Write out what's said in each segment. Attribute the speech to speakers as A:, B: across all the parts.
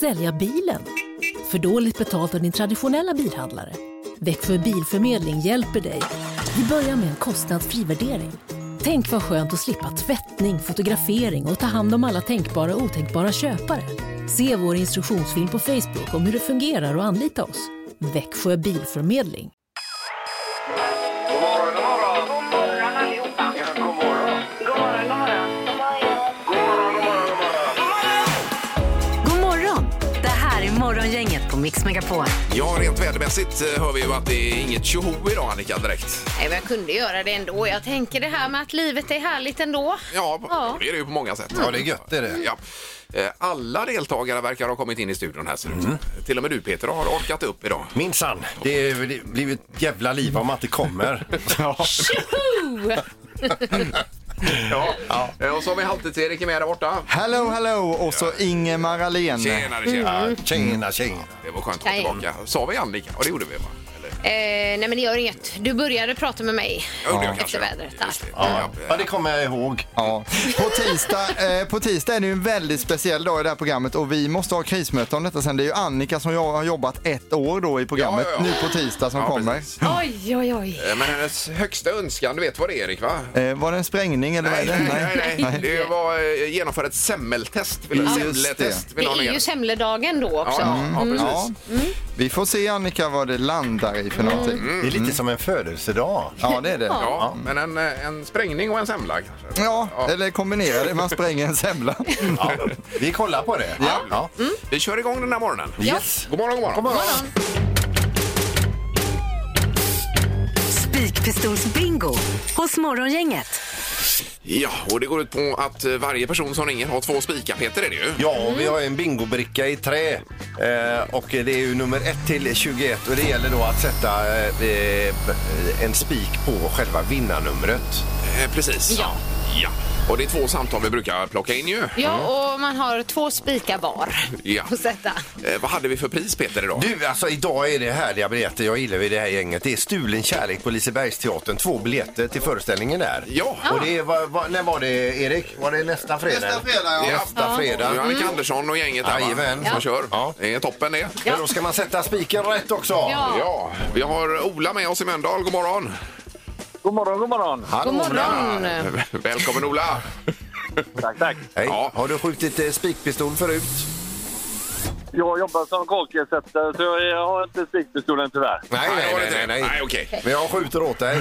A: Sälja bilen? För dåligt betalt av din traditionella bilhandlare? Växjö Bilförmedling hjälper dig. Vi börjar med en kostnadsfri värdering. Tänk vad skönt att slippa tvättning, fotografering och ta hand om alla tänkbara och otänkbara köpare. Se vår instruktionsfilm på Facebook om hur det fungerar och anlita oss. Växjö Bilförmedling.
B: God morgon, god morgon! God morgon allihopa! Ja, god morgon! God morgon, god morgon! God morgon, god morgon, god morgon!
C: God morgon! Det här är Morgongänget på Mix Megapol.
D: Ja, rent vädermässigt eh, hör vi ju att det är inget tjoho idag Annika direkt.
E: Nej, men jag kunde göra det ändå. Jag tänker det här med att livet är härligt ändå. Eh,
D: Ja,
E: Ja.
D: det är det ju på många sätt.
F: Ja, det är gött, det är det.
D: Ja. Eh, Alla deltagare verkar ha kommit in i studion här ser det ut. Till och med du Peter har orkat upp idag.
F: Minsann, det är- det blir ett jävla liv om man inte kommer.
D: Ja. Eh, Och så har vi Halvtids-Erik med där borta.
G: Hello, hello! Och så Ingemar Ahlén.
D: Tjenare, tjenare.
F: Tjena, tjena.
D: Det var skönt att vara
E: Hej.
D: tillbaka. Sa vi Annika? Ja, det gjorde vi va? Eller?
E: Eh, nej, men det gör inget. Du började prata med mig
D: Jag gjorde jag kanske.
E: efter vädret. Där.
D: Just det.
F: Ja, ja, det kommer jag ihåg.
G: Ja. På, tisdag, eh, på tisdag är det ju en väldigt speciell dag i det här programmet och vi måste ha krismöte om detta sen. Det är ju Annika som jag har jobbat ett år då i programmet
D: Ja, ja, ja.
G: nu på tisdag som
D: Ja,
G: kommer.
D: precis.
E: Oj, oj, oj.
D: Eh, Men hennes högsta önskan, du vet vad det är Erik va?
G: Eh, var det en sprängning eller
D: Nej,
G: vad är det?
D: nej, nej,
G: Nej.
D: nej. Det var eh, genomföra ett semmeltest. Vill
G: Just det.
D: semletest
E: Det
D: vill ha
E: är
D: ner.
E: ju semledagen då också.
D: Ja, Mm. ja,
G: Ja.
D: precis.
G: Vi får se Annika vad det landar i för någonting.
D: Mm.
F: Det är lite som en födelsedag.
G: Ja, det är det.
D: Ja, men en, eh, en sprängning och en semla kanske.
G: Ja, eller kombinera det. Man spränger en semla.
F: Ja, vi kollar på det.
D: Ja. Mm. Vi kör igång den här morgonen.
F: Yes.
D: God morgon, god morgon.
F: God morgon.
C: Spikpistolsbingo hos Morgongänget.
D: Ja, och det går ut på att eh, varje person som ringer har två spikar. Peter är det ju.
F: Ja, och vi har ju en bingobricka i trä. Eh, och det är ju nummer 1 till 21 och det gäller då att sätta eh, eh, en spik på själva vinnarnumret.
D: Eh, precis.
E: Ja.
D: ja. Och det är två samtal vi brukar plocka in ju.
E: Ja, och man har två spikar var
D: Ja.
E: att sätta.
D: Eh, vad hade vi för pris Peter idag?
F: Du, alltså idag är det härliga biljetter. Jag gillar ju det här gänget. Det är Stulen kärlek på Lisebergsteatern. Två biljetter till föreställningen där.
D: Ja.
F: Och det var, var, när var det, Erik? Var det nästa fredag?
G: Nästa fredag, ja.
F: Nästa fredag.
D: Det är Annika Andersson och gänget där, va?
F: Jajamän.
D: som
F: Ja.
D: kör.
F: Ja.
D: Det är toppen det.
F: Men då ska man sätta spiken rätt också.
E: Ja.
D: Ja, vi har Ola med oss i Mölndal. God morgon!
H: God morgon, god morgon.
F: Hallå,
E: God morgon.
D: Välkommen Ola!
H: Tack, tack.
F: Hej.
D: Ja.
F: Har du skjutit eh, spikpistol förut?
H: Jag jobbar som korkelsättare så jag har inte stickpistolen tyvärr.
F: Nej,
D: har du inte det? Nej, okej.
F: Men jag skjuter åt dig.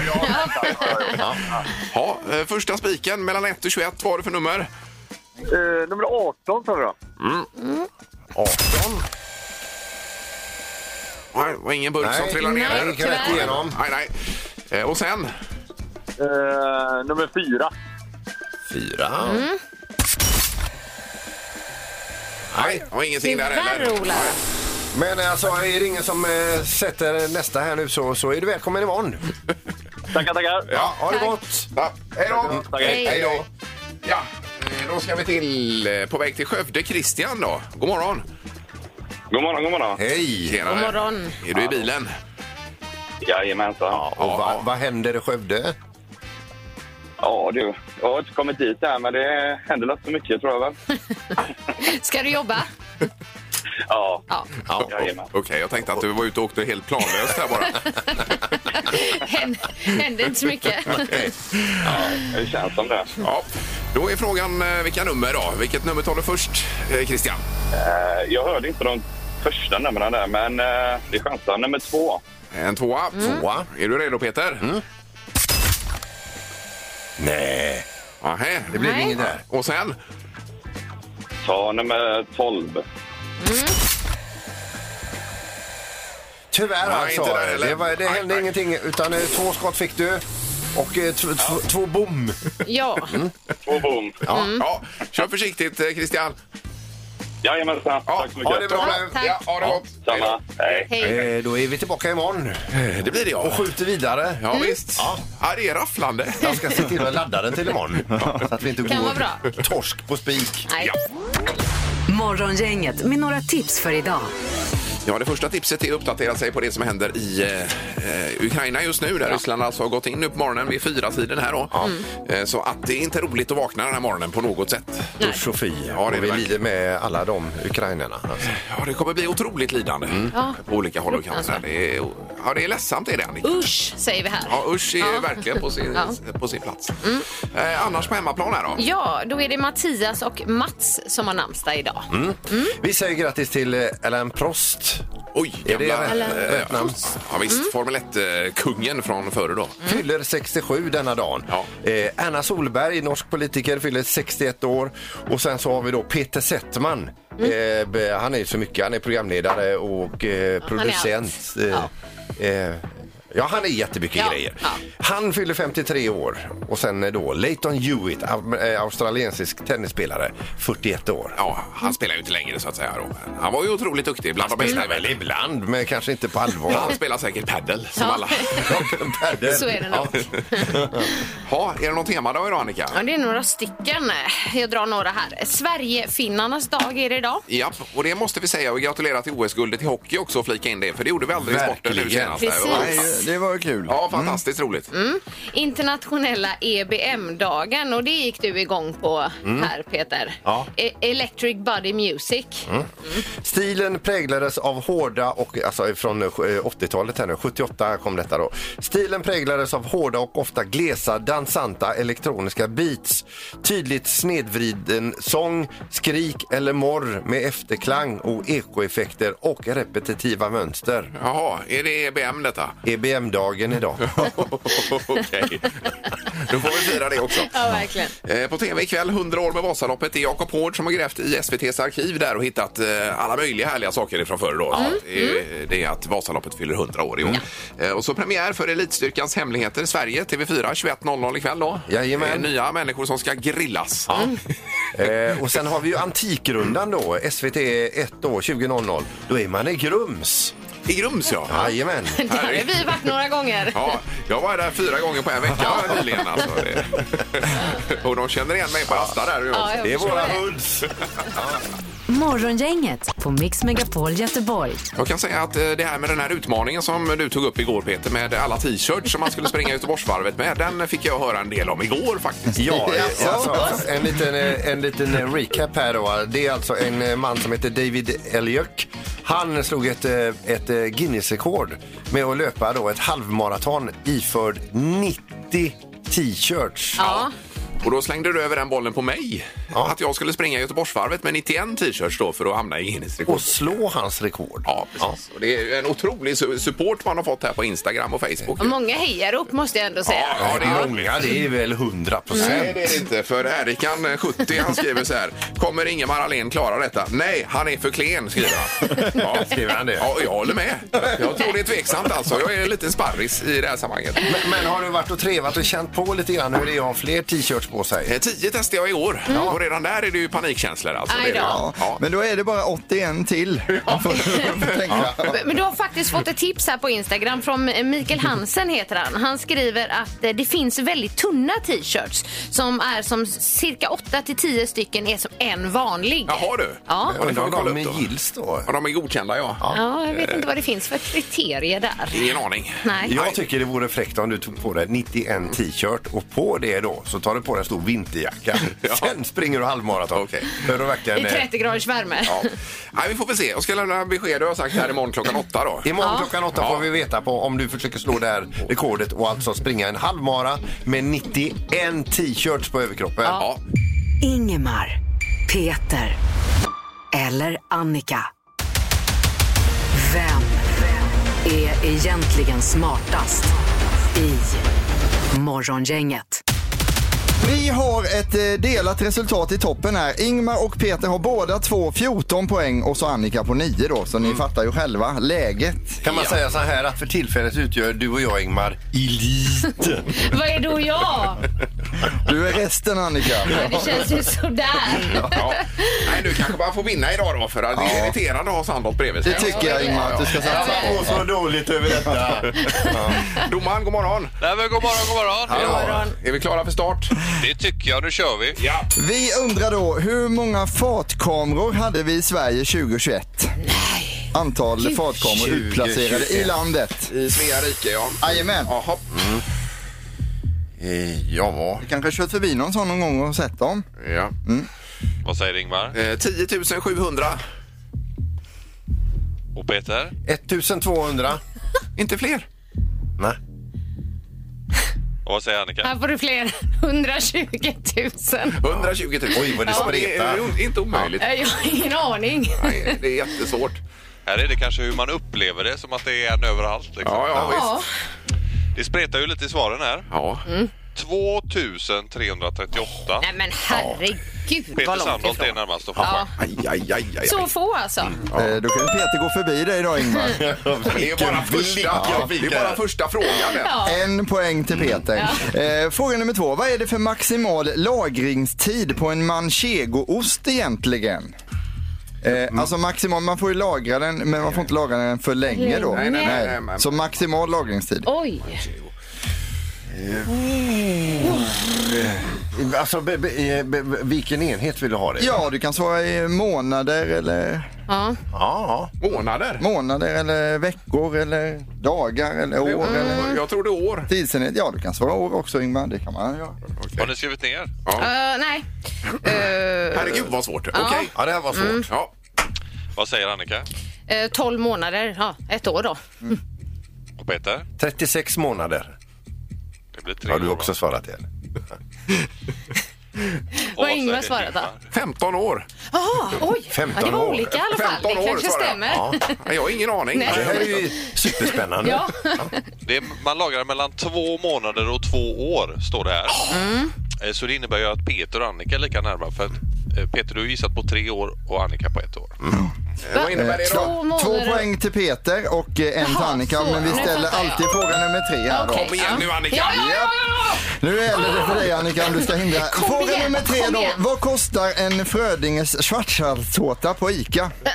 F: Ja.
D: Ja, eh, första spiken mellan 1 och 21, vad var det för nummer?
H: Eh, nummer 18 tror jag.
F: 18.
D: Nej, det var ingen burk som
F: Nej.
D: trillade ner.
E: Nej,
D: där.
F: Den gick rätt
E: tyvärr.
F: igenom.
D: Nej, nej. Eh, Och sen?
H: Eh, nummer 4.
D: Fyra. Nej, det var ingenting där
E: Tyvärr, Ola.
F: Men alltså, är det ingen som eh, sätter nästa här nu så, så är du välkommen imorgon.
H: Tackar, tackar.
D: Ja,
F: Ha det
E: Tack.
F: gott!
D: ja. Hej då!
H: Tackar.
E: Hej.
D: Hej då! Ja, eh, då ska vi till, eh, på väg till Skövde, Christian då. God morgon!
H: God morgon, god morgon.
F: Hej!
D: Tjenare.
E: God morgon.
D: Är du i bilen?
H: Jajamensan. Ja.
F: Och va, vad händer i Skövde?
H: ja, du. Jag har inte kommit hit än, men det händer inte så mycket tror jag väl.
E: Ska du jobba?
H: Ja.
E: Ja.
D: Ja, o- Okej,
H: Jajamän.
D: jag tänkte att du var ute och åkte helt planlöst här bara.
E: Händer inte så mycket.
H: Det känns som det.
D: Ja, då är frågan eh, vilka nummer då? Vilket nummer tar du först, eh, Christian?
H: Eh, jag hörde inte de första numren där, men eh, det chansar. Nummer 2.
D: En tvåa. Tvåa. Är du redo Peter? Mm.
F: Nej,
D: Aha.
F: det blir
E: Nej.
F: inget där.
D: Och sen?
H: Ta nummer 12.
F: Tyvärr
D: Nej,
F: alltså.
D: inte där heller.
F: det, var, det
D: Nej,
F: hände
D: nej.
F: ingenting. Utan eh, två skott fick du. Och eh, tv- tv- två bom.
E: Ja.
H: Två bom.
D: Ja. ja. Kör försiktigt eh, Christian.
H: Jajamensan.
D: Ja,
H: Tack så mycket.
F: ha det bra.
E: Ja, tack.
D: Ja, ha det gott. Hej
H: Samma. Hej.
E: Hej.
F: Eh, då är vi tillbaka imorgon.
D: då. Eh, Det blir det
F: Och
D: ja.
F: skjuter vidare.
D: Ja visst. Ja. det är rafflande.
F: Jag ska se till att ladda den till imorgon. Så att vi inte
E: Kan
F: går
E: vara bra.
F: torsk på spik.
E: Nej.
D: Ja.
C: Morgongänget med några tips för idag.
D: Ja, det första tipset är att uppdatera sig på det som händer i eh, Ukraina just nu, där Ryssland alltså har gått in nu på morgonen vid fyra tiden här då. Eh, så att det är inte roligt att vakna den här morgonen på något sätt.
F: Usch Sofie,
D: Ja, det är
F: och vi
D: verkligen.
F: lider med alla de ukrainarna. Alltså.
D: Ja, det kommer bli otroligt lidande
E: Ja.
D: på olika håll och kanter.
E: Fruktansvärt.
D: Det är, ja, det är ledsamt är det, Annika.
E: Usch, säger vi här.
D: Ja, usch är
E: Ja.
D: verkligen på sin,
E: Ja. Mm.
D: på sin plats. Eh, annars på hemmaplan här då?
E: Ja, då är det Mattias och Mats som har namnsdag idag.
D: Mm.
F: Vi säger grattis till eh, Alain Prost.
D: Oj,
F: Är det
D: gamla-
F: rätt-
D: eh,
F: rätt namn?
D: Ja, visst,
E: Mm.
D: Formel 1-kungen från förr då.
F: Mm. Fyller 67 denna dagen.
D: Ja.
F: Eh, Anna Solberg, norsk politiker, fyller 61 år. Och sen så har vi då Peter Settman.
E: Mm.
F: Eh, be- han är ju så mycket. Han är programledare och eh, producent.
E: allt. Ja.
F: Eh, eh, ja, han är jättemycket
E: Ja,
F: grejer.
E: ja.
F: Han fyller 53 år. Och sen eh, då Leighton Hewitt, am- eh, australiensisk tennisspelare, 41 år.
D: Ja, han spelar ju inte längre så att säga. Då. men Han var ju otroligt duktig. Bland de
E: Mm.
D: bästa i
F: Väl
D: världen.
F: ibland, men kanske inte på
D: Ja,
F: allvar.
D: Han spelar säkert padel som
E: Ja.
D: alla.
F: Padel.
E: Så är det nog.
D: Ha, är det någon temadag idag Annika?
E: Ja, det är några stycken. Jag drar några här. Sverigefinnarnas dag är det idag.
D: Ja, och det måste vi säga och gratulera till OS-guldet i hockey också och flika in det för det gjorde vi aldrig i sporten nu
F: Verkligen.
D: senast.
E: Precis.
G: Det, är ju- det var ju kul.
D: Ja, fantastiskt roligt.
E: Internationella EBM-dagen och det gick du igång på
D: Mm.
E: här Peter.
F: Ja.
E: E- Electric Body Music.
D: Mm.
F: Stilen präglades av hårda och, alltså från eh, 80-talet här nu, 78 kom detta då. Stilen präglades av hårda och ofta glesa, dansanta elektroniska beats. Tydligt snedvriden sång, skrik eller morr med efterklang och ekoeffekter och repetitiva mönster.
D: Jaha, är det E EBM detta?
F: EBM-dagen idag.
D: Okej. Då får vi fira det också.
E: Ja, verkligen.
D: Eh, På tv ikväll, 100 år med Vasaloppet. Det är Jakob Hård som har grävt i SVTs arkiv där och hittat eh, alla möjliga härliga saker från förr. Då. Det,
E: Mm.
D: är, det är att Vasaloppet fyller 100 år i år. Eh, Och så premiär för Elitstyrkans hemligheter, Sverige, TV4, 21.00 ikväll då.
F: Jajamän.
D: Eh, Nya människor som ska grillas.
F: eh, och sen har vi ju Antikrundan då, SVT 1 då, 20.00. Då är man i Grums.
D: I Grums ja.
F: Jajamän.
E: Där har vi varit några gånger.
D: Ja, jag var där fyra gånger på en vecka nyligen. Alltså. Det- Och de känner igen mig på Asta där. nu också.
E: Ja, jag
F: Det är
E: förstår
F: våra hoods.
C: Morgongänget på Mix Megapol Göteborg.
D: Jag kan säga att eh, det här med den här utmaningen som du tog upp igår Peter med alla t-shirts som man skulle springa Göteborgsvarvet med. Den fick jag höra en del om igår faktiskt.
F: Ja, eh, alltså, en, liten, eh, en liten eh, recap här då. Det är alltså en eh, man som heter David Eljöck. Han slog ett, eh, ett eh, Guinness-rekord med att löpa då ett halvmaraton iförd 90 t-shirts.
E: Ja,
D: Och då slängde du över den bollen på mig. Att jag skulle springa Göteborgsvarvet med 91 t-shirts då för att hamna i Guinness rekord.
F: Och slå hans rekord.
D: Ja, precis. Och det är ju en otrolig su- support man har fått här på Instagram och Facebook.
E: och många hejar upp måste jag ändå säga.
D: Ja, det är
F: många. Det är väl 100
D: Nej,
F: procent.
D: det är det inte. För Erikan, 70, han skriver så här. Kommer Ingemar Ahlén klara detta? Nej, han är för klen, skriver han. Ja,
F: Skriver han det?
D: Ja, jag håller med. Jag tror det är tveksamt alltså. Jag är en liten sparris i det här sammanhanget.
F: Men, men har du varit och trevat och känt på lite grann hur det är att ha fler t-shirts på sig?
D: Eh, 10 testade jag i år och redan där är det ju panikkänslor. Alltså.
E: Aj
D: Det är det.
E: då.
D: Ja.
G: Ja, Men då är det bara 81 till. Man får, man får tänka.
E: Men- Men du har faktiskt fått ett tips här på Instagram från eh, Mikael Hansen heter han. Han skriver att eh, det finns väldigt tunna t-shirts som är som cirka 8 till 10 stycken är som en vanlig.
D: Jaha du.
E: Ja.
D: Ja, det får
F: Undrar
D: vi
F: om
D: kolla
F: de
D: upp då.
F: gills då?
D: Ja, de är godkända ja.
E: Ja, jag vet inte vad det finns för kriterier där.
D: Ingen aning.
E: Nej.
F: Jag tycker det vore fräckt om du tog på dig 91 t-shirt och på det då så tar du på dig en stor vinterjacka.
D: Ja.
F: Sen springer du halvmaraton.
D: Okej.
F: För att
E: I
F: verkligen... eh,
E: 30 graders värme.
D: Ja. Nej, vi får väl se. Jag ska lämna besked, har jag sagt, här imorgon klockan åtta då.
F: Imorgon klockan åtta
D: Ja.
F: får vi veta på om du försöker slå det här rekordet och alltså springa en halvmara med 91 t-shirts på överkroppen.
D: Ja.
C: Ingemar, Peter eller Annika. Vem är egentligen smartast i Morgongänget?
G: Vi har ett eh, delat resultat i toppen här. Ingmar och Peter har båda två 14 poäng och så Annika på 9 då. Så
F: Mm.
G: ni fattar ju själva läget.
F: Kan man säga så här att för tillfället utgör du och jag Ingmar eliten.
E: Vad är då jag?
G: Du är resten Annika.
E: Ja, Det känns ju sådär.
D: Ja. Nej, du kanske bara får vinna idag då för att det är irriterande att ha Sandholt bredvid sig.
G: Det tycker jag Ingmar att du ska satsa på.
F: Och så dåligt över detta.
D: Domaren, god morgon!
I: Nej men god morgon, god morgon.
D: Är vi klara för start?
I: Det tycker jag, nu kör vi.
D: Ja.
G: Vi undrar då, hur många fartkameror hade vi i Sverige 2021? antal fartkameror
D: 20,
G: utplacerade i
D: 21.
G: landet.
D: I Svea rike, ja.
G: Jajamän.
D: Jaha. Eh, Ja,
G: Du kanske har kört förbi någon sån någon gång och sett dem?
D: ja.
I: Vad säger Ingmar?
D: Eh, 10 700.
I: Och Peter?
F: 1200.
D: Inte fler.
F: Nej.
I: Och vad säger Annika?
E: Här får du fler. 120 000.
D: 120 000.
F: Oj, vad
D: Ja, det
F: det
D: är
F: spretar.
D: ju inte omöjligt.
E: Eh, Jag har ingen aning.
D: Nej, det är jättesvårt.
I: Här är det kanske hur man upplever det, som att det är en överallt. Liksom.
D: Ja, ja, visst.
E: Ja,
I: Det spretar ju lite i svaren här.
D: Ja.
I: 2338.
E: nej men herregud
I: Peter
E: vad långt
I: Sandholt är
E: ifrån.
I: närmast. då.
E: Ja.
D: Aj, aj, aj, aj.
E: Så få alltså.
G: Eh, då kan ju Peter gå förbi dig idag Ingmar.
D: Det är bara första, ja, det är bara första frågan. där.
E: Ja.
G: En poäng till Peter. Eh, fråga nummer två. Vad är det för maximal lagringstid på en manchegoost egentligen?
D: Mm.
G: Eh, alltså maximal, man får ju lagra den men man får inte lagra den för länge då.
D: Nej, nej, nej, nej, nej.
G: Så maximal lagringstid.
E: Oj.
F: Alltså, be, be, eh, be, be, vilken enhet vill du ha det i?
G: Ja, du kan svara i månader eller,
E: Ja.
F: Ja.
D: Månader?
G: månader eller veckor eller dagar eller
D: Mm.
G: år eller
D: Jag tror det är år.
G: tidsenhet. Ja, du kan svara år också Ingmar. Det kan man göra.
I: Har ni skrivit ner?
E: Eh, nej. Eh,
D: Herregud vad svårt. Okej.
F: ja, det här var svårt.
E: Mm.
D: Ja.
I: Vad säger Annika?
E: eh, 12 månader. Ja, ett år då.
I: Och Peter?
F: 36 månader
I: Det blir tre
F: har du
I: år,
F: också
I: va?
F: svarat till.
I: Och
E: Vad
I: säger
E: Ingmar svarat då?
D: 15 år.
E: Jaha, oj. Ja, det
F: 15
E: var
F: år.
E: olika i alla fall.
D: 15
E: Det
D: år
E: kanske
D: svarar jag.
E: stämmer.
D: Ja. Nej, Jag har ingen aning.
E: Nej.
F: Det här är ju superspännande.
E: Ja.
I: Det är, man lagrar mellan två månader och två år, står det här.
E: Mm.
I: Eh, Så det innebär ju att Peter och Annika är lika närma. För att eh, Peter, du har gissat på tre år och Annika på ett år.
D: Eh, Vad innebär det då?
E: Två månader.
G: Två poäng till Peter och eh, en till
E: Jaha,
G: Annika.
E: så.
G: Men vi
E: Nu
G: ställer
E: fattar jag.
G: alltid fråga nummer tre här då.
E: Okej,
D: Kom igen
E: ja.
D: nu, Annika.
E: Ja, ja, ja, ja,
G: Nu gäller det för dig Annika om du ska hindra.
E: Kom
G: Fråga
E: igen,
G: nummer tre
E: kom
G: då.
E: igen.
G: Vad kostar en Frödinges schwarzwaldstårta på ICA?
E: Eh.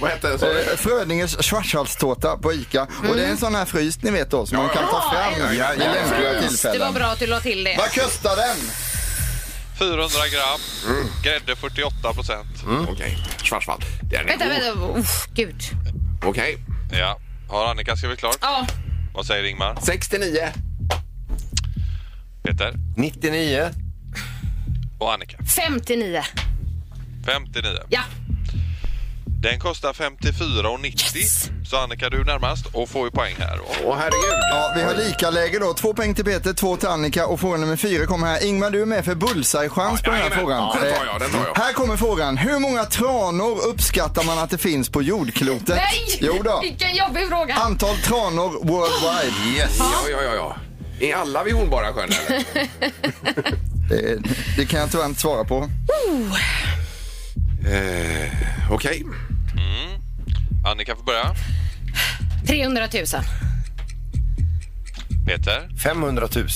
D: Vad heter det?
G: Eh,
D: Så?
G: Frödinges schwarzwaldstårta på ICA. Och det är en sån här fryst ni vet då som man kan ta
E: Mm. Ja,
G: fram
D: ja, ja,
G: vid lämpliga
E: ja. Det var
G: tillfällen.
E: bra att du la till det.
G: Vad kostar den?
I: 400 gram, grädde 48 procent.
D: Okej. Schwarzwald. Den är
E: Vänta,
D: god.
E: vänta. Uff, gud.
D: Okej.
I: Ja. Har Annika skrivit klart?
E: Ja,
I: Vad säger Ingmar?
D: 69.
I: Peter?
F: 99.
I: Och Annika?
E: 59.
I: 59.
E: Ja.
I: Den kostar 54,90.
E: Yes!
I: Så Annika, du är närmast och får ju poäng här. Och
D: Åh herregud.
G: Ja, vi har lika läge då. Två poäng till Peter, två till Annika och fråga nummer fyra kommer här. Ingmar, du är med för bullseye-chans på den här
D: jajamän.
G: frågan.
D: Ja, den tar jag, den tar jag.
G: Eh, Här kommer frågan. Hur många tranor uppskattar man att det finns på jordklotet?
E: Nej!
G: Jo då. Ah.
E: Vilken jobbig fråga.
G: Antal tranor worldwide. Yes.
D: Ja, ja, ja. ja. Är alla vid Hornborgasjön eller?
G: Det, Eh, det kan jag tyvärr inte svara på.
D: eh, Okej.
I: Annika får börja.
E: 300 000.
I: Peter?
F: 500 000.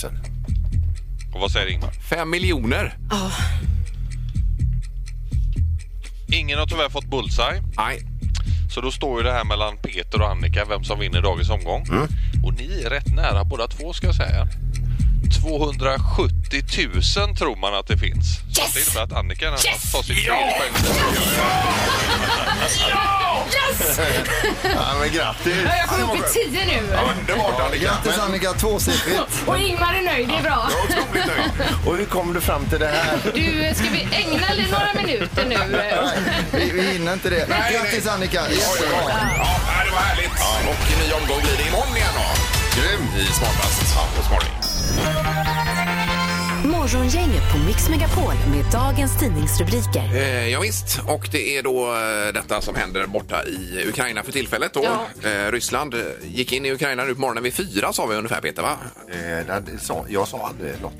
I: Och vad säger Ingmar?
D: Fem miljoner.
I: Ingen har tyvärr fått bullseye.
D: Nej.
I: Så då står ju det här mellan Peter och Annika, vem som vinner dagens omgång. Och ni är rätt nära båda två ska jag säga. 270 000 tror man att det finns. Så
E: Yes!
I: det innebär att Annika nästan
E: Yes!
I: tar sin tredje poäng.
E: Yes!
F: Ja, men grattis!
E: Ja, Jag kom upp i 10 nu.
D: Underbart Annika.
G: Grattis Annika, tvåsiffrigt.
E: Och Ingmar är nöjd, det är bra.
D: Jag är Otroligt nöjd.
F: Och hur kom du fram till det här?
E: Du, eh, ska vi ägna li- några minuter nu?
G: Vi, vi hinner inte det.
D: nej.
G: Grattis Annika,
D: Oj, oj, oj.
G: jättebra.
D: Ja, nej, det var härligt. Och en ny omgång blir det imorgon igen då. Grymt. I Smartast och Smarting.
C: Morgongänget på Mix Megapol med dagens tidningsrubriker.
D: Eh, ja, visst, och det är då eh, detta som händer borta i Ukraina för tillfället. Då. Eh, Ryssland eh, gick in i Ukraina nu på morgonen vid fyra sa vi ungefär Peter va?
F: jag sa aldrig något.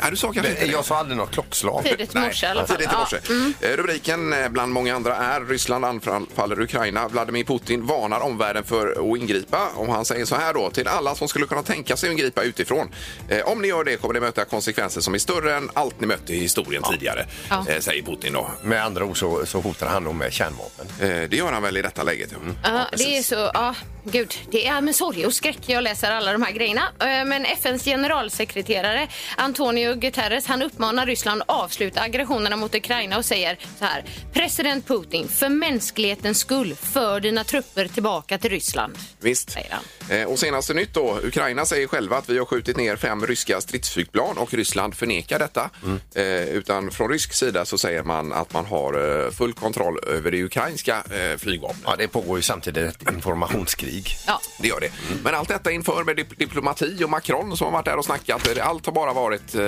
D: Eh, du sa kanske inte det?
F: Jag sa aldrig något klockslag.
E: Tidigt i morse i alla fall. Mm.
D: Tidigt i morse. Eh, Rubriken eh, bland många andra är Ryssland anfaller Ukraina. Vladimir Putin varnar omvärlden för att ingripa. Och han säger så här då till alla som skulle kunna tänka sig att ingripa utifrån. Eh, Om ni gör det kommer det möta konsekvenser som är större än allt ni mött i historien tidigare.
E: Ja.
D: eh, Säger Putin då.
F: Med andra ord så, så hotar han nog med kärnvapen.
D: Eh, Det gör han väl i detta läget. ja.
E: Ja, det är så, ja, Gud, det är med sorg och skräck jag läser alla de här grejerna. Eh, Men FNs generalsekreterare Antonio Guterres han uppmanar Ryssland att avsluta aggressionerna mot Ukraina och säger så här. President Putin, för mänsklighetens skull, för dina trupper tillbaka till Ryssland.
D: Visst.
E: Säger han.
D: Eh, Och senaste nytt då. Ukraina säger själva att vi har skjutit ner fem ryska stridsflygplan och Ryssland förnekar detta. Eh, utan från rysk sida så säger man att man har eh, full kontroll över det ukrainska eh, flygvapnet.
F: Ja, det pågår ju samtidigt ett informationskrig.
E: Ja.
D: Det gör det. Men allt detta inför med dip- diplomati och Macron som har varit där och snackat. eh, Allt har bara varit eh,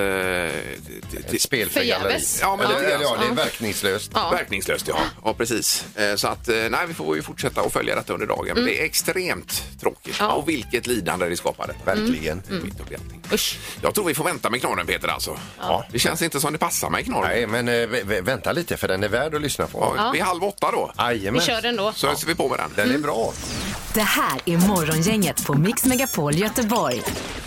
D: t- t-
F: Ett spel för
E: Förgäves.
F: galleri.
D: Ja, men
F: Eller,
D: det-
F: eller ja, det är
E: ja.
F: verkningslöst.
E: Ja.
D: verkningslöst. Ja, ja precis. Eh, Så att eh, nej, vi får ju fortsätta att följa detta under dagen. Men det är extremt tråkigt.
E: Mm. Ja.
D: Och vilket lidande det skapade.
F: Verkligen.
E: Mm.
D: Mitt uppe i allting. Jag tror vi får vänta med knorren Peter alltså.
F: Ja.
D: Det känns inte som det passar mig knorren.
F: Nej, men eh, vä- vä- vänta lite för den är värd att lyssna på.
D: Ja. Vid halv åtta då.
E: Vi
F: Jajamän.
E: kör den Mm. då.
D: Så öser vi på med den.
F: Den är bra.
C: Det här är Morgongänget på Mix Megapol Göteborg.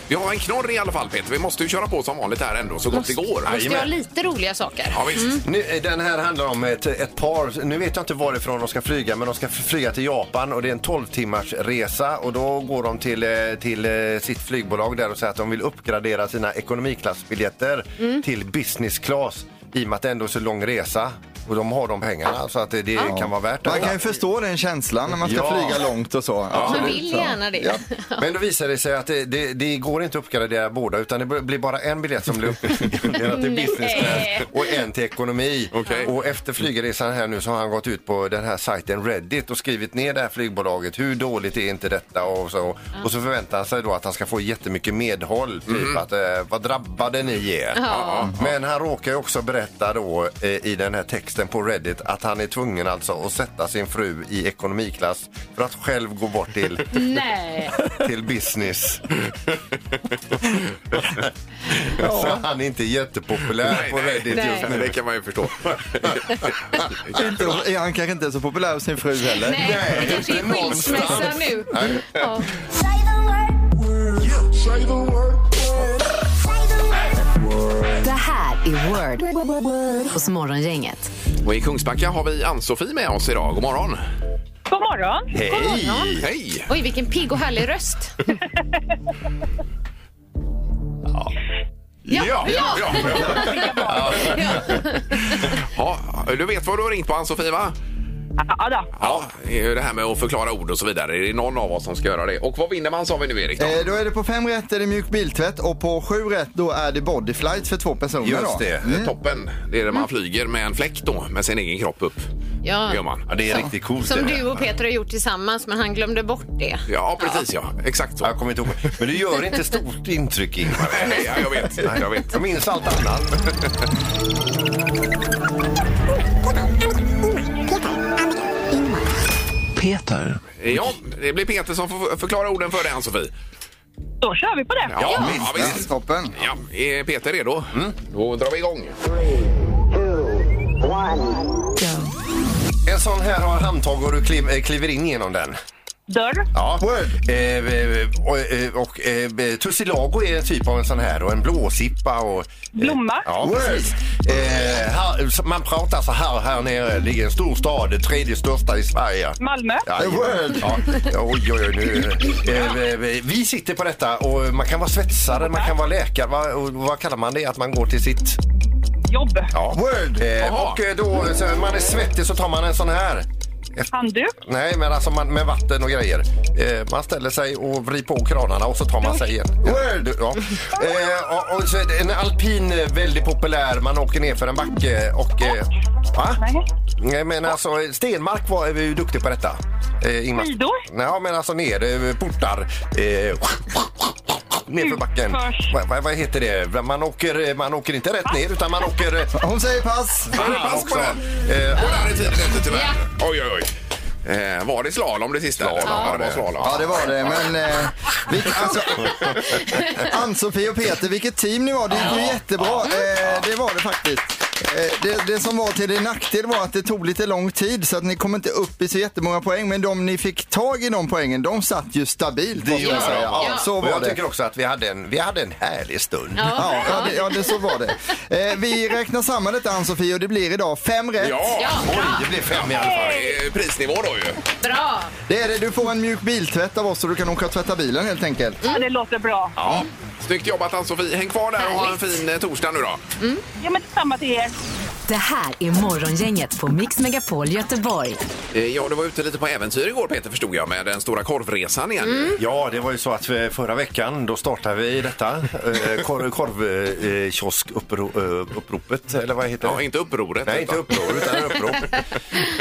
D: Vi har en knorr i alla fall Peter. Vi måste ju köra på som vanligt här ändå så gott det går.
E: Måste jag ha lite roliga saker?
D: Ja visst.
F: Nu, eh, den här handlar om ett, ett par, nu vet jag inte varifrån de ska flyga, men de ska f- flyga till Japan och det är en 12 timmars resa och då går de till, eh, till eh, sitt flygbolag där och säger att de vill uppgradera sina ekonomiklassbiljetter
E: Mm.
F: till business class i och med att det ändå är så lång resa och de har de pengarna så att det, det kan vara värt det.
G: Man kan ju förstå den känslan när man ska
F: Ja.
G: flyga långt och så.
E: Man
G: Absolut,
E: vill
G: så.
E: gärna det.
G: Ja.
F: Men då visar det sig att det, det, det går inte att uppgradera båda utan det blir bara en biljett som blir uppgraderad till business class
E: Nej.
F: och en till ekonomi.
D: Okej.
F: Och efter flygresan här nu så har han gått ut på den här sajten Reddit och skrivit ner det här flygbolaget. Hur dåligt är inte detta? Och så, och så förväntar han sig då att han ska få jättemycket medhåll. Typ att eh, vad drabbade ni er? Men han råkar ju också berätta då eh, i den här texten på Reddit att han är tvungen alltså att sätta sin fru i ekonomiklass för att själv gå bort till
E: Nej.
F: till business. Så han är inte jättepopulär
D: Nej,
F: på
D: nej.
F: Reddit
E: Nej.
F: just nu.
D: Det kan man ju förstå.
G: Inte- Han kanske inte är så populär hos sin fru heller.
E: Nej, det kanske är
F: inte
E: skilsmässa
F: någonstans.
E: nu. Ja.
C: Det här är Word hos Morgongänget.
D: Och i Kungsbacka har vi Ann-Sofie med oss idag. God morgon.
J: God morgon.
D: Hej! Hej!
E: Oj, vilken pigg och härlig röst.
D: Ja! Ja! ja. ja. du vet vad du har ringt på Ann-Sofie va?
J: Ja, då.
D: Ja, det är ju det här med att förklara ord och så vidare. Är det någon av oss som ska göra det? Och vad vinner man sa vi nu Erik? Då?
G: Eh, Då är det på fem rätt är det mjuk biltvätt och på sju rätt då är det bodyflight för två personer. då. Mm.
D: Just det, toppen. Det är där man flyger med en fläkt då, med sin egen kropp upp. Det gör
E: Ja.
D: man. Ja, det är riktigt coolt.
E: Som du och Peter har gjort tillsammans, men han glömde bort det.
D: Ja, precis ja. Exakt så.
F: Jag kommer inte ihåg. Men det gör inte stort intryck, Ingmar.
D: Nej, ja, jag vet. Jag vet.
F: Jag minns allt annat.
K: Peter.
D: Ja, det blir Peter som får förklara orden för dig Ann-Sofie.
J: Då kör vi på det.
D: ja, Mm.
G: Ja, toppen.
D: Ja, är Peter redo? Då drar vi igång. Eh,
F: En sån här har handtag och du kliv, eh, kliver in genom den.
J: Dörr.
F: Ja. Word. Eh, eh, och eh, och eh, Tussilago är en typ av en sån här och en blåsippa och... eh,
J: Blomma.
F: Ja, precis. Eh, här, man pratar så här här nere. Det är en stor stad, den tredje största i Sverige.
J: Malmö.
F: Ja,
G: Word.
F: Ja, oj, oj, oj. Nu. Eh, eh, Vi sitter på detta och man kan vara svetsare, man kan vara läkare. Vad, och vad kallar man det? Att man går till sitt...
J: Jobb.
F: Ja. Word!
D: Jaha.
F: Och eh, då, så när man är svettig så tar man en sån här.
J: Handduk.
F: Nej, men alltså man, med vatten och grejer. Eh, man ställer sig och vrider på kranarna och så tar man sig igen. Word! Ja. Eh, och, och så är det en alpin eh, väldigt populär. Man åker ner för en backe och... Eh, va?
J: Nej.
F: Nej, men alltså Stenmark var ju duktig på detta. Eh, Ingmar.
J: Skidor?
F: Nej, men alltså ner, eh, portar. Eh, Nerför backen.
J: Utförs.
F: Vad va, vad heter det? Man åker, eh, man åker inte rätt ner utan man åker... eh,
G: Hon säger pass.
D: Pass på
F: också.
D: den!
F: Eh,
D: Och där är tiden ute tyvärr. Oj, oj, oj. Eh, var det slalom det sista? eller? Ja, det var slalom.
G: Ja, det var det. Men eh, vilk, alltså, Ann-Sofie och Peter, vilket team ni var. Det gick ju jättebra. Eh, det var det faktiskt. Eh, Det, det som var till din nackdel var att det tog lite lång tid så att ni kom inte upp i så jättemånga poäng. Men de ni fick tag i de poängen, de satt ju stabilt. måste
E: gör
G: jag säga.
E: de, ja.
G: Ja, så
F: Och
G: var
F: jag
G: det.
F: tycker också att vi hade en, vi hade en härlig stund.
G: Ja, ja, det, ja det, så var det. Eh, vi räknar samman detta Ann-Sofie och det blir idag fem rätt.
D: Ja,
E: Ja,
D: oj,
E: bra.
D: det blir fem i alla fall. Det är Prisnivå då ju.
E: Bra!
G: Det är det. Du får en mjuk biltvätt av oss så du kan åka och tvätta bilen helt enkelt.
J: Ja, det låter bra.
D: Ja. Snyggt jobbat Ann-Sofie. Häng kvar där och ha en fin eh, torsdag nu då.
J: Ja, men detsamma till er.
C: Det här är Morgongänget på Mix Megapol Göteborg.
D: Eh, Ja, du var ute lite på äventyr igår Peter förstod jag med den stora korvresan igen.
E: Mm.
F: Ja, det var ju så att eh, förra veckan då startade vi detta eh, kor eh, korvkioskuppropet, eh, eller vad heter det?
D: Ja, inte upproret.
F: Nej, inte
D: utan-
F: uppror, utan upprop.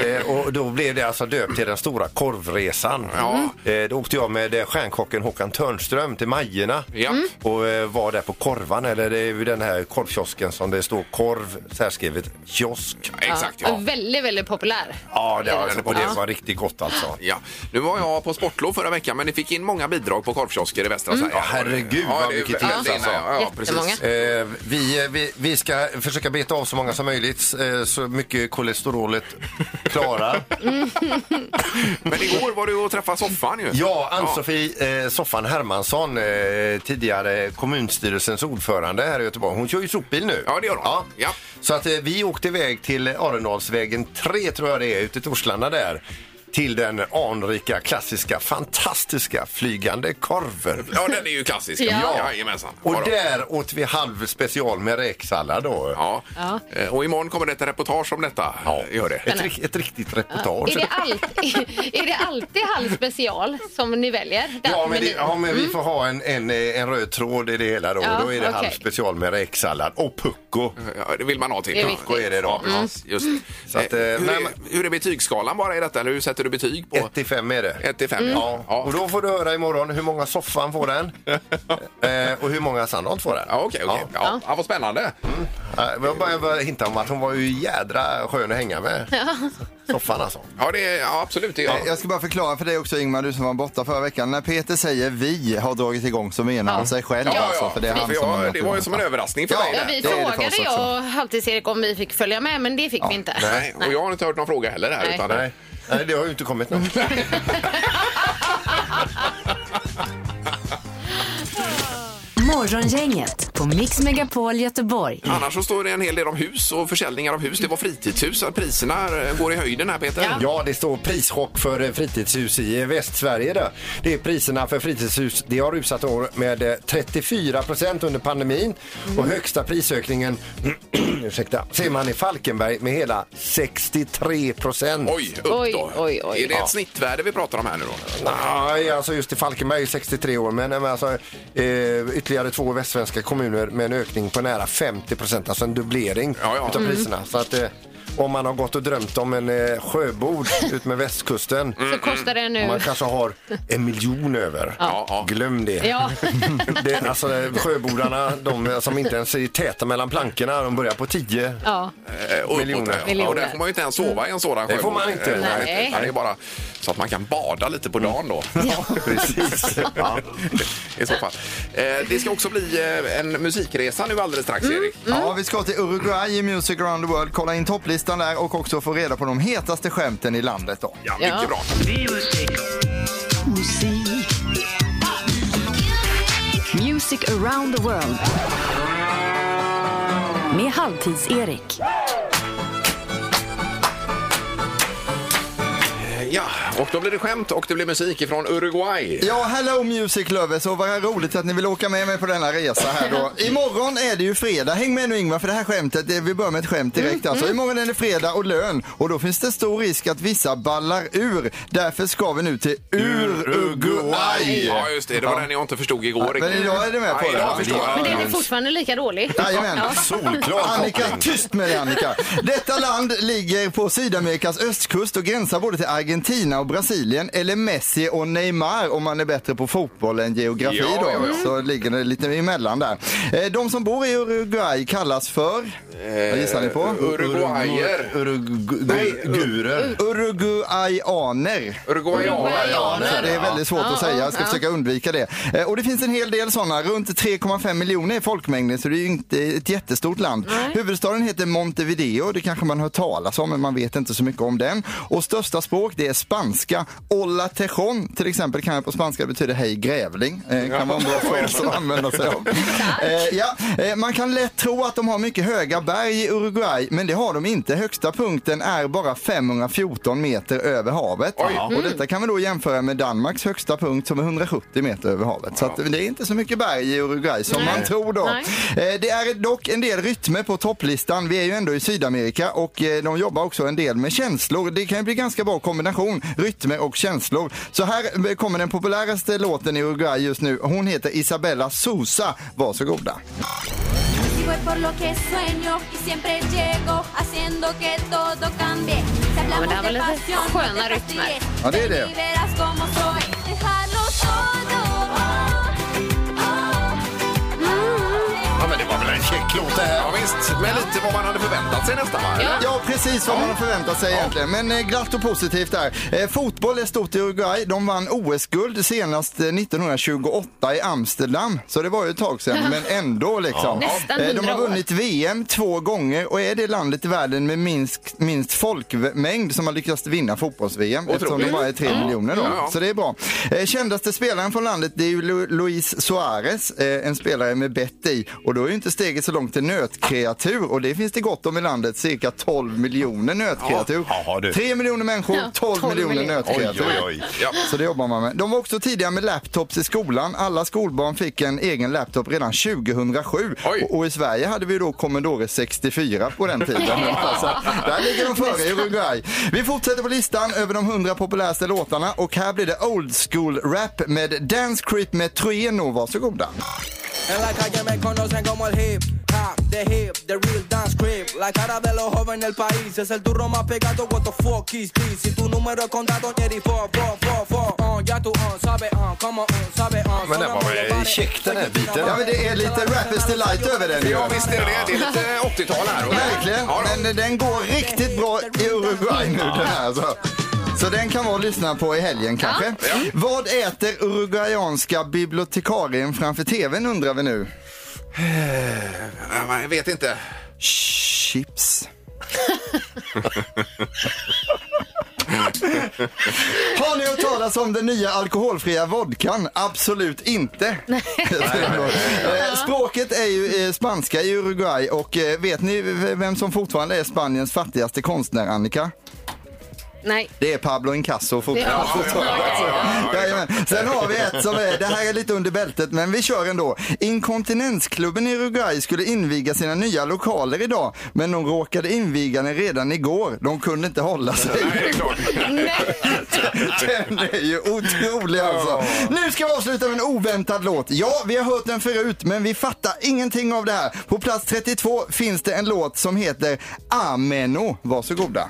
F: eh, och då blev det alltså döpt till den stora korvresan.
D: Ja.
F: Eh, då åkte jag med eh, stjärnkocken Håkan Törnström till Majerna
D: Ja. Mm.
F: och eh, var där på Korvan, eller det är ju den här korvkiosken som det står korv, särskrivet kiosk.
D: Exakt,
E: Ja.
D: ja.
E: Väldigt, väldigt populär.
F: Ja, det, alltså, och
D: Ja.
F: det var riktigt gott alltså.
D: Ja, nu var jag på sportlov förra veckan men ni fick in många bidrag på korvkiosker i västra Sverige.
F: Ja, herregud, vad
D: det är
F: mycket
D: väl-
F: tips,
D: det är-
F: alltså.
D: Ja, ja, precis.
E: Mm. Jättemånga.
F: Eh, vi, vi, vi ska försöka beta av så många som möjligt, eh, så mycket kolesterolet klarar.
D: Men igår var du och träffade soffan ju.
F: Ja, Ann-Sofie eh, Soffan Hermansson, eh, tidigare kommunstyrelsens ordförande här i Göteborg. Hon kör ju sopbil nu.
D: Ja, det gör hon. Ja.
F: Så att eh, vi åkte iväg till Arendalsvägen 3 tror jag det är, ute i Torslanda där till den anrika, klassiska, fantastiska flygande korven.
D: Ja, den är ju klassisk.
E: Ja.
D: Jajamensan. Ja,
F: Och
D: då.
F: där åt vi halv special med räksallad då.
D: Ja.
E: Ja.
D: Eh, Och imorgon kommer det ett reportage om detta. Gör det.
F: Ett, rik- ett riktigt reportage.
E: Är det, alltid, är det alltid halv special som ni väljer? Den
F: Ja men, det,
E: menyn?
F: ja, men vi får ha en, en, eh, en röd tråd i det hela då.
E: Mm. Ja,
F: då är det halv
E: okej.
F: special med räksallad och pucko.
D: Ja, det vill man ha till.
E: Det är viktigt. Mm.
F: Pucko är det då.
D: Ja, precis. Just.
F: Så att,
D: Eh, hur,
F: eh, nej,
D: är, hur är betygsskalan bara i detta? Eller hur sätter du betyg på?
F: 1 till 5 är det.
D: 1 till 5.
F: Mm.
E: Mm.
F: Ja. Och då får du höra imorgon hur många soffan får den eh, och hur många Sandholt får den.
D: Ja, okej, okej. Ja. Ja. vad spännande.
F: Eh, Jag bara, jag bara hinta om att hon var ju jädra skön att hänga med. Soffan alltså.
D: Ja, det är, ja absolut. Det är,
G: Eh, Jag ska bara förklara för dig också Ingmar, du som var borta förra veckan. När Peter säger vi har dragit igång så menar han sig själv alltså. För det är han som har
D: jag,
G: dragit
D: det var ju
G: igång.
D: som en överraskning för
G: Ja.
D: mig.
E: Ja,
D: där.
E: vi
G: det är det för oss
E: frågade
G: också.
E: jag och Halvtids-Erik om vi fick följa med, men det fick vi inte.
D: Nej, och jag har inte hört någon fråga heller här.
E: Nej.
D: Utan,
F: Nej. Nej, det har ju inte kommit någon.
C: Morgongänget på Mix Megapol Göteborg.
D: Annars så står det en hel del om hus och försäljningar av hus. Det var fritidshus. att Priserna eh, går i höjden här, Peter.
F: Ja, det står prischock för eh, fritidshus i eh, Västsverige. Där. Det är priserna för fritidshus. Det har rusat år med eh, 34 procent under pandemin
D: Mm.
F: och högsta prisökningen ursäkta, ser man i Falkenberg med hela 63 procent.
D: Oj, upp då.
E: Oj, oj, oj.
D: Är det ett snittvärde vi pratar om här nu då?
F: Nej, alltså just i Falkenberg är 63 år, men men alltså, eh, ytterligare två västsvenska kommuner med en ökning på nära 50 procent, alltså en dubblering
D: Ja, ja. Mm.
F: utav priserna. Så att, eh, om man har gått och drömt om en eh, sjöbord ut med västkusten
D: Mm.
E: Så kostar det
F: Och Man
E: nu...
F: kanske har en miljon över.
D: Ja, ja.
F: Glöm det.
E: Ja.
F: det alltså, sjöbordarna, de som inte ens är täta mellan plankorna, de börjar på tio.
E: Ja.
D: Eh, uppåt,
F: Miljoner.
D: ja. Ja, och
E: Miljoner.
D: där får man ju inte ens sova i en sådan
F: Det får man
D: skärgård.
F: inte.
D: Eh,
E: Nej.
D: utan Det är bara så att man kan bada lite på dagen då.
F: Precis.
D: Mm.
F: Ja.
D: I så fall. Eh, det ska också bli eh, en musikresa nu alldeles strax, Erik.
G: Ja, vi ska till Uruguay i Music around the world, kolla in topplistan där och också få reda på de hetaste skämten i landet då.
D: Ja, mycket
E: Ja.
D: bra.
C: Music around the world. Med Halvtids-Erik.
D: Eh, Ja, och då blir det skämt och det blir musik ifrån Uruguay.
G: Ja, hello music lovers och vad roligt att ni vill åka med mig på denna resa här då. Imorgon är det ju fredag, häng med nu Ingvar för det här skämtet, det, vi börjar med ett skämt
D: Mm,
G: direkt alltså. Imorgon är det fredag och lön och då finns det stor risk att vissa ballar ur. Därför ska vi nu till Uruguay.
D: Ja, just det. Det var den jag inte förstod igår.
G: Men
D: riktigt.
G: idag är det med på
D: Nej,
G: det.
D: idag förstår jag.
E: Men den är fortfarande lika dålig.
G: Jajamän.
F: Solklar
G: Annika,
F: koppling.
G: tyst med dig Annika. Detta land ligger på Sydamerikas östkust och gränsar både till Argentinien Argentina och Brasilien eller Messi och Neymar om man är bättre på fotboll än geografi
D: Ja,
G: då.
D: ja, ja.
G: Så ligger det lite emellan där. Eh, De som bor i Uruguay kallas för? Vad gissar ni på?
D: Eh, Uruguayer.
F: Urugurer.
G: Uruguayaner.
D: Uruguayaner.
G: Så det är väldigt svårt att säga. Jag ska försöka undvika det. Eh, Och det finns en hel del sådana. Runt 3,5 miljoner är folkmängden så det är ju inte ett jättestort land. Huvudstaden heter Montevideo. Det kanske man har hört talas om men man vet inte så mycket om den. Och största språk det är spanska. Olla tejon till exempel kan på spanska betyda hej grävling. Eh, kan vara en bra fras att använda sig av. Eh, ja. eh, man kan lätt tro att de har mycket höga berg i Uruguay men det har de inte. Högsta punkten är bara 514 meter över havet. Och detta kan vi då jämföra med Danmarks högsta punkt som är 170 meter över havet. Så att det är inte så mycket berg i Uruguay som man tror då. Eh, Det är dock en del rytmer på topplistan. Vi är ju ändå i Sydamerika och eh, de jobbar också en del med känslor. Det kan ju bli ganska bra kombination, rytmer och känslor. Så här eh, kommer den populäraste låten i Uruguay just nu. Hon heter Isabella Sosa. Varsågoda.
E: Ja, men det här var lite sköna rytmer.
G: Ja, det är det.
B: Mm.
D: Ja, men det var väl en check låt det här. Ja, visst. Men lite vad man hade förväntat sig nästan, va?
E: Ja.
G: Ja, precis vad man har förväntat sig egentligen. Men eh, glatt och positivt där. Eh, fotboll är stort i Uruguay. De vann OS-guld senast eh, 1928 i Amsterdam. Så det var ju ett tag sedan, men ändå liksom.
E: Nästan
G: Eh, de
E: 100
G: har
E: år.
G: vunnit VM två gånger och är det landet i världen med minst, minst folkmängd som har lyckats vinna fotbolls-VM. Eftersom de
D: Otroligt.
G: bara är tre miljoner då.
D: Ja, ja.
G: Så det är bra. Eh, kändaste spelaren från landet det är ju Lu- Luis Suarez, eh, en spelare med bett i. Och då är ju inte steget så långt till nötkreatur och det finns det gott om i landet, cirka 12 miljoner nötkreatur.
F: Ja, ja, du.
G: 3 miljoner människor,
E: Ja,
G: 12
E: 12
G: miljoner
E: miljoner.
F: Oj,
G: nötkreatur.
F: oj, oj.
D: Ja.
G: Så det jobbar man med. De var också tidiga med laptops i skolan. Alla skolbarn fick en egen laptop redan 2007.
D: Oj.
G: Och, och i Sverige hade vi då Commodore 64 på den tiden. alltså, där ligger de före i Uruguay. Vi fortsätter på listan över de 100 populäraste låtarna och här blir det old school rap med Dance Creep med Trueno. Varsågoda.
B: En la calle me conocen como el hip hop, the hip, the real dance creep. La cara de los jóvenes del país es el turro más pegado. What the fuck is this? Si tu número es contado, Jerry, four, four, four, four. Uh, ya tú, uh, sabe, uh, como, uh, sabe, uh.
F: Men den var väl check den här biten.
G: Ja, men det är lite Rappers Delight över den. ju.
D: Ja, visst är det det. Det är lite 80-tal här.
G: Verkligen.
D: Ja, då.
G: Men eh, den går riktigt bra i Uruguay nu den här. Så. Så den kan vara att lyssna på i helgen kanske. Vad äter uruguayanska bibliotekarien framför tvn undrar vi nu?
D: Ja, men jag vet inte.
G: Chips. Har ni hört talas om den nya alkoholfria vodkan? Absolut inte. Eh, Språket är ju eh, spanska i Uruguay och eh, vet ni v- vem som fortfarande är Spaniens fattigaste konstnär, Annika?
E: Nej.
G: Det är Pablo Incasso fortfarande.
E: Ja, ja, ja, ja,
D: ja.
G: Jajamän. Sen har vi ett som är, det här är lite under bältet, men vi kör ändå. Inkontinensklubben i Uruguay skulle inviga sina nya lokaler idag, men de råkade inviga den redan igår. De kunde inte hålla sig.
D: Nej, det är klart.
G: Den är ju otrolig alltså. Nu ska vi avsluta med en oväntad låt. Ja, vi har hört den förut, men vi fattar ingenting av det här. På plats 32 finns det en låt som heter Ameno. Varsågoda.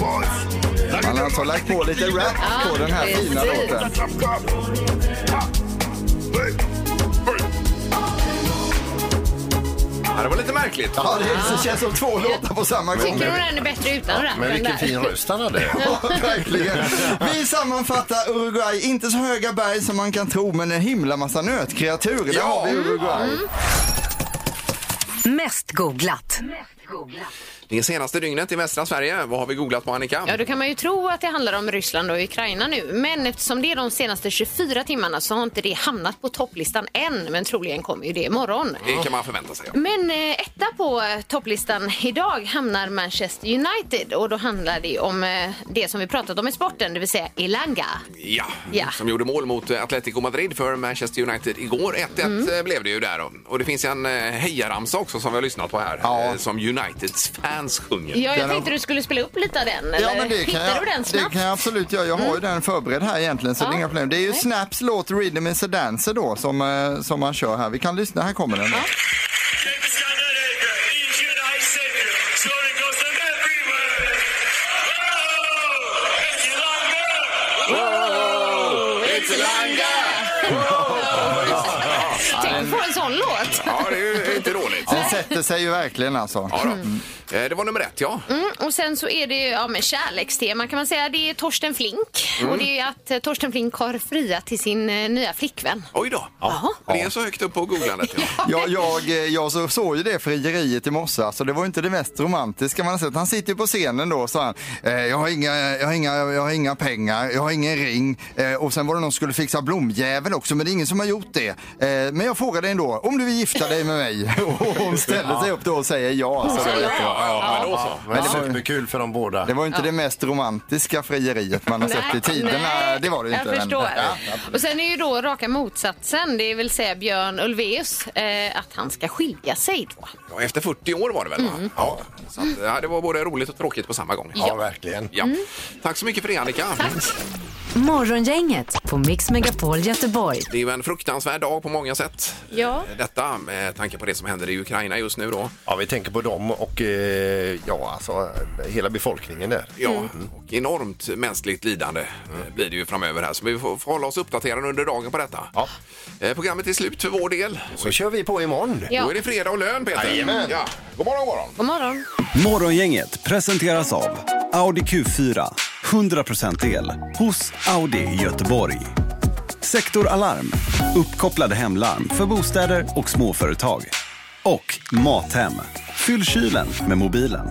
G: Ah, Man har alltså lagt på lite rap på den här fina
E: precis.
G: låten.
D: Ja, det var lite märkligt.
G: Ja, det är- känns som två låtar på samma gång.
E: Tycker du den är bättre utan rappen
F: Men vilken
E: där?
F: fin röst han hade.
G: Ja, verkligen. Vi sammanfattar Uruguay. Inte så höga berg som man kan tro, men en himla massa nötkreatur. Där
D: Ja.
G: har vi Uruguay.
E: Mm.
C: Mest googlat.
D: Det senaste dygnet i västra Sverige, vad har vi googlat på Annika?
E: Ja, då kan man ju tro att det handlar om Ryssland och Ukraina nu. Men eftersom det är de senaste 24 timmarna så har inte det hamnat på topplistan än. Men troligen kommer ju det imorgon.
D: Det kan man förvänta sig. ja.
E: Men eh, etta på eh, topplistan idag hamnar Manchester United och då handlar det om eh, det som vi pratat om i sporten, det vill säga Elanga.
D: Ja,
E: Ja.
D: som gjorde mål mot eh, Atletico Madrid för Manchester United igår. 1-1
E: Mm.
D: eh, blev det ju där. då. Och det finns en eh, hejaramsa också som vi har lyssnat på här.
G: Ja.
D: eh, Som Uniteds fan Dance sjunger.
E: Ja, jag
G: Den
E: tänkte
G: har-
E: du skulle spela upp lite av den. Eller?
G: Ja, men det kan,
E: Hittar
G: jag,
E: du den
G: det
E: snabbt? Mm.
G: kan jag absolut göra. Jag har ju den förberedd här egentligen så det
E: Ja.
G: är inga problem. Det är ju
E: Nej.
G: Snaps låt Rhythm is a Dancer då som, eh, som man kör här. Vi kan lyssna, här kommer den.
E: Tänk på en sån
G: Mm.
E: låt.
D: Ja, det är ju inte dåligt.
G: Den sätter sig ju verkligen alltså.
D: Ja, då. Eh, Det var nummer ett, ja.
E: Mm, och sen så är det ju, ja, men kärlekstema kan man säga. Det är Torsten Flink
G: Mm.
E: och det är ju att eh, Torsten Flink har friat till sin eh, nya flickvän.
D: Oj då.
E: Ja.
D: Det är så högt upp på googlandet. Ja.
G: Jag, jag, eh, jag så, såg ju det frieriet i morse, alltså det var ju inte det mest romantiska man har sett. Han sitter ju på scenen då och sa han, eh, jag, har inga, jag, har inga, jag har inga pengar, jag har ingen ring eh, och sen var det någon som skulle fixa blomjävel också men det är ingen som har gjort det. Eh, men jag frågade ändå, om du vill gifta dig med mig? Och hon ställde sig upp då och säger ja. Så det, var jättebra.
D: Ja, men då så.
F: Men det var ju kul för dem båda.
G: det var ju inte det mest romantiska frieriet man har sett i tiderna,
E: nej,
G: det var det ju inte.
E: Jag
G: men-
E: förstår.
G: Ja.
E: och sen är ju då raka motsatsen, det vill säga Björn Ulvaeus, eh, att han ska skilja sig då.
D: Ja, Efter 40 år var det väl? Va? Ja. Så att, ja, det var både roligt och tråkigt på samma gång.
F: Ja, verkligen.
D: Mm. Ja. Mm. Tack så mycket för det, Annika.
C: Morgongänget på Mix Megapol Göteborg.
D: Det är ju en fruktansvärd dag på många sätt. eh,
E: Ja.
D: Detta med tanke på det som händer i Ukraina just nu då.
F: Ja, vi tänker på dem och eh, ja, alltså hela befolkningen där.
D: Ja, och enormt mänskligt lidande eh, blir det ju framöver här. Så vi får, får hålla oss uppdaterade under dagen på detta.
F: Ja.
D: Eh, Programmet är slut för vår del.
F: Så kör vi på imorgon.
E: Ja.
D: Då är det fredag och lön, Peter.
F: Jajamän.
D: Ja. God morgon, god morgon.
E: God morgon.
H: Morgongänget presenteras av Audi Q4. 100% el hos Audi Göteborg. Sektor Alarm. Uppkopplade hemlarm för bostäder och småföretag. Och Mathem. Fyll kylen med mobilen.